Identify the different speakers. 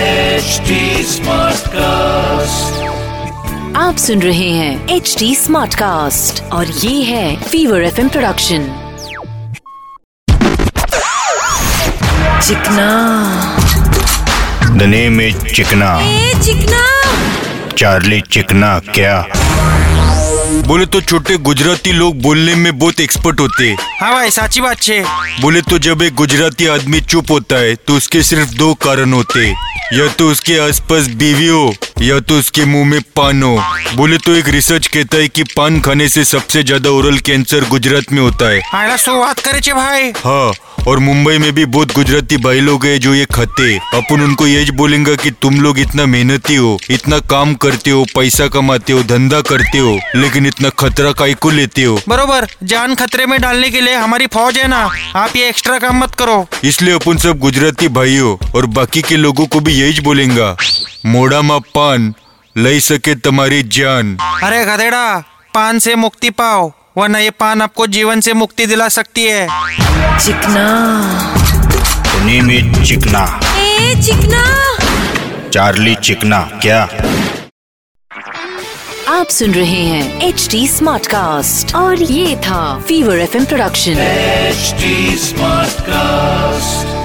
Speaker 1: HD Smartcast.
Speaker 2: आप सुन रहे हैं एच डी स्मार्ट कास्ट और ये है fever F production Chikna
Speaker 3: the name is Chikna
Speaker 2: Chikna
Speaker 3: Charlie Chikna क्या
Speaker 4: बोले तो छोटे गुजराती लोग बोलने में बहुत एक्सपर्ट होते हैं।
Speaker 5: हाँ भाई साची बात छे
Speaker 4: बोले तो जब एक गुजराती आदमी चुप होता है तो उसके सिर्फ दो कारण होते हैं। या तो उसके आसपास बीवी हो या तो उसके मुंह में पान हो बोले तो एक रिसर्च कहता है कि पान खाने से सबसे ज्यादा ओरल कैंसर गुजरात में होता है
Speaker 5: आयला शुरुआत करे छे भाई
Speaker 4: हाँ और मुंबई में भी बहुत गुजराती भाई लोग हैं जो ये खाते हैं। अपन उनको यही बोलेंगे कि तुम लोग इतना मेहनती हो इतना काम करते हो पैसा कमाते हो धंधा करते हो लेकिन इतना खतरा काय को लेते हो
Speaker 5: बरोबर जान खतरे में डालने के लिए हमारी फौज है ना आप ये एक्स्ट्रा काम मत करो
Speaker 4: इसलिए अपन सब गुजराती भाइयों और बाकी के लोगों को भी यही बोलेंगा मोड़ा मा पान लई सके तुम्हारी जान
Speaker 5: अरे गधेड़ा पान से मुक्ति पाओ वरना ये पान आपको जीवन से मुक्ति दिला सकती है
Speaker 2: Chikna
Speaker 3: the name is Chikna
Speaker 2: a Chikna
Speaker 3: Charlie Chikna क्या
Speaker 2: आप सुन रहे हैं एच डी स्मार्ट कास्ट और ये था fever F production
Speaker 1: HD Smartcast.